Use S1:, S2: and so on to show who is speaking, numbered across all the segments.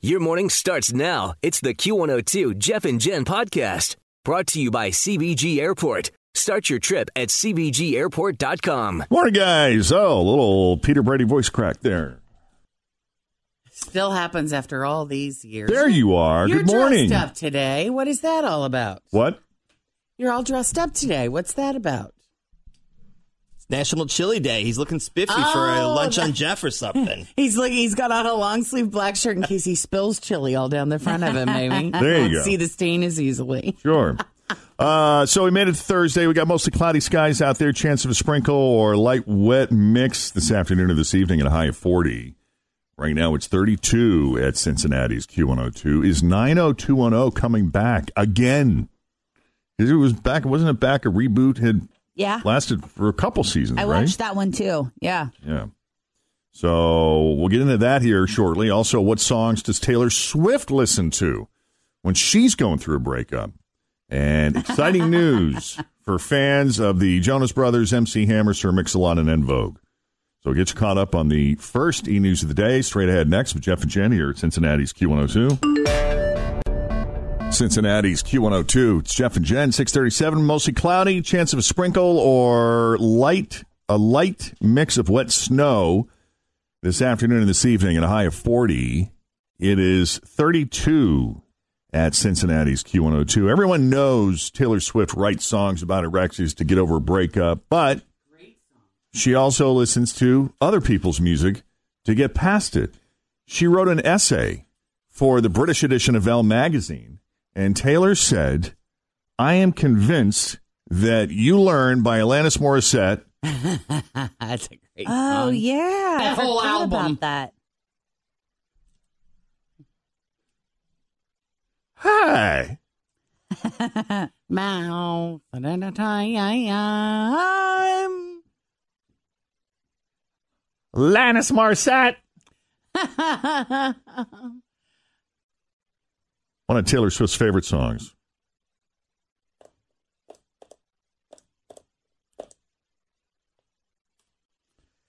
S1: Your morning starts now. It's the Q102 Jeff and Jen podcast brought to you by CBG Airport. Start your trip at CBGAirport.com.
S2: Morning, guys. Oh, little Peter Brady voice crack there.
S3: Still happens after all these years.
S2: There you are.
S3: You're
S2: Good morning.
S3: dressed up today. What is that all about?
S2: What?
S3: You're all dressed up today. What's that about?
S4: National Chili Day. He's looking spiffy for a
S3: Oh,
S4: lunch on
S3: that-
S4: Jeff or something.
S3: He's like he's got on a long sleeve black shirt in case he spills chili all down the front of him. Maybe
S2: There you
S3: Won't
S2: go.
S3: See the stain as easily.
S2: Sure. Uh, so we made it to Thursday. We got mostly cloudy skies out there, chance of a sprinkle or light wet mix this afternoon or this evening at a high of 40. Right now it's 32 at Cincinnati's Q102. Is 90210 coming back again? 'Cause It was back, wasn't it back? A reboot had
S5: Yeah.
S2: lasted for a couple seasons,
S5: I
S2: right?
S5: watched that one too. Yeah.
S2: Yeah. So we'll get into that here shortly. Also, what songs does Taylor Swift listen to when she's going through a breakup? And exciting news for fans of the Jonas Brothers, MC Hammer, Sir Mix-a-Lot, and En Vogue. So get you caught up on the first E News of the day. Straight ahead next with Jeff and Jen here at Cincinnati's Q102. Cincinnati's Q102. It's Jeff and Jen, 637. Mostly cloudy, chance of a sprinkle or light, a light mix of wet snow this afternoon and this evening and a high of 40. It is 32 at Cincinnati's Q102. Everyone knows Taylor Swift writes songs about erections to get over a breakup, but she also listens to other people's music to get past it. She wrote an essay for the British edition of Elle magazine, and Taylor said, I am convinced that You Learn by Alanis Morissette
S3: That's a great
S5: Oh
S3: song.
S5: yeah.
S3: That
S5: I
S3: whole
S5: forgot
S3: album.
S5: about that.
S2: Hi.
S3: Mouth at a time.
S2: Lannis Marset. One of Taylor Swift's favorite songs.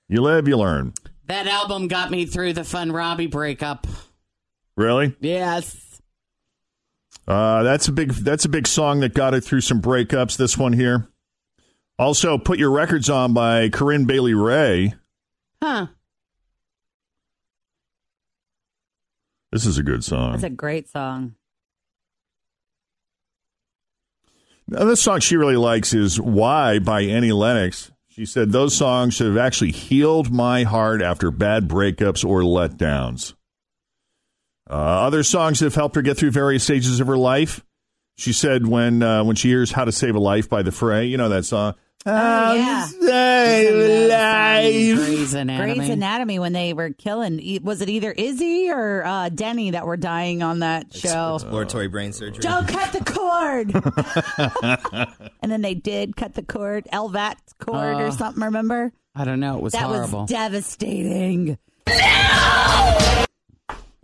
S2: You live, you learn.
S3: that album got me through the fun Robbie breakup.
S2: Really?
S3: Yes.
S2: Uh, that's a big. That's a big song that got it through some breakups. This one here. Also, put your records on by Corinne Bailey Ray.
S3: Huh.
S2: This is a good song.
S5: That's a great song.
S2: Now, this song she really likes is Why by Annie Lennox. She said those songs have actually healed my heart after bad breakups or letdowns. Uh, other songs have helped her get through various stages of her life. She said when uh, when she hears How to Save a Life by The Fray, you know that song. How to
S5: yeah.
S2: Save a Life.
S3: Grey's Anatomy.
S5: Grey's Anatomy when they were killing e- was it either Izzy or uh, Denny that were dying on that show?
S4: Exploratory brain surgery.
S5: Don't cut the cord. and then they did cut the cord, LVAT cord or
S3: Oh.
S5: something. Remember
S3: I don't know. It was
S5: that
S3: horrible.
S5: was devastating.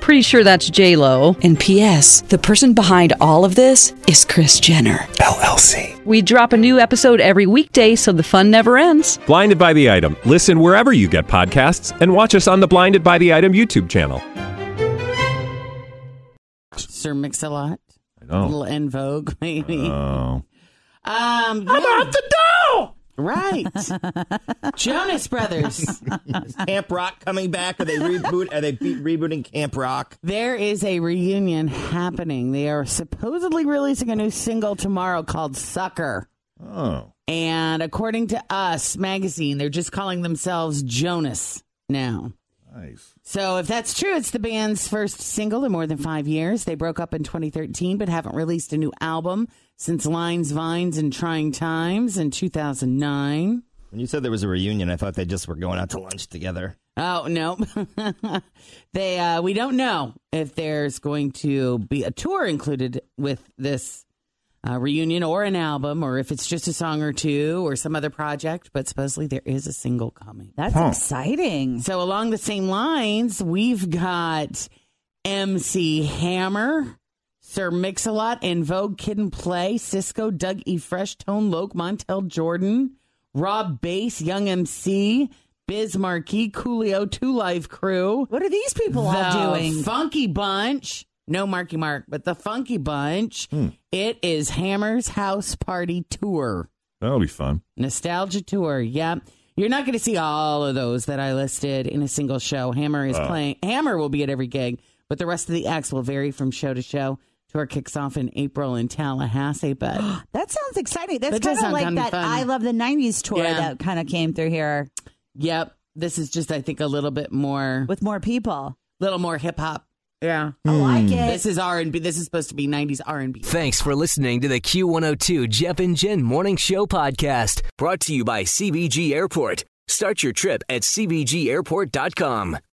S6: Pretty sure that's J Lo.
S7: And P.S. The person behind all of this is Chris Jenner.
S8: LLC.
S6: We drop a new episode every weekday, so the fun never ends.
S8: Blinded by the item. Listen wherever you get podcasts, and watch us on the Blinded by the Item YouTube channel.
S3: Sir Mix a Lot,
S2: I
S3: a
S2: know.
S3: little in Vogue, maybe.
S2: Oh.
S3: um, I'm out the door. Right, Jonas Brothers.
S4: Camp Rock coming back? Are they reboot? Are they be- rebooting Camp Rock?
S3: There is a reunion happening. They are supposedly releasing a new single tomorrow called "Sucker."
S2: Oh.
S3: And according to Us magazine, they're just calling themselves Jonas now.
S2: Nice.
S3: So if that's true, it's the band's first single in more than five years. They broke up in 2013, but haven't released a new album since Lines, Vines, and Trying Times in 2009.
S4: When you said there was a reunion, I thought they just were going out to lunch together.
S3: Oh no, they uh, we don't know if there's going to be a tour included with this uh, reunion or an album, or if it's just a song or two or some other project. But supposedly there is a single coming.
S5: That's
S2: Huh.
S5: exciting.
S3: So along the same lines, we've got MC Hammer, Sir Mix-a-Lot, and Vogue Kid and Play, Cisco, Doug E. Fresh, Tone Loc, Montel Jordan, Rob Bass, Young MC, Biz Markie, Coolio, Two Live Crew,
S5: What are these people
S3: the
S5: all doing?
S3: Funky Bunch. No Marky Mark, but the Funky Bunch. It is Hammer's House Party Tour.
S2: That'll be fun.
S3: Nostalgia Tour. Yep. You're not going to see all of those that I listed in a single show. Hammer is playing. Hammer will be at every gig, but the rest of the acts will vary from show to show. Tour kicks off in April in Tallahassee, but
S5: That sounds exciting. That's
S3: That does
S5: kind of
S3: sound
S5: like
S3: kinda
S5: that
S3: fun.
S5: I Love the 90s tour
S3: Yeah.
S5: that kind of came through here
S3: yep, this is just I think a little bit more,
S5: with more people.
S3: little more hip hop. Yeah,
S5: I like it.
S3: Hmm. this is R and B. This is supposed to be '90s R and B.
S1: Thanks for listening to the Q102 Jeff and Jen Morning Show podcast, brought to you by CBG Airport. Start your trip at CBGAirport.com.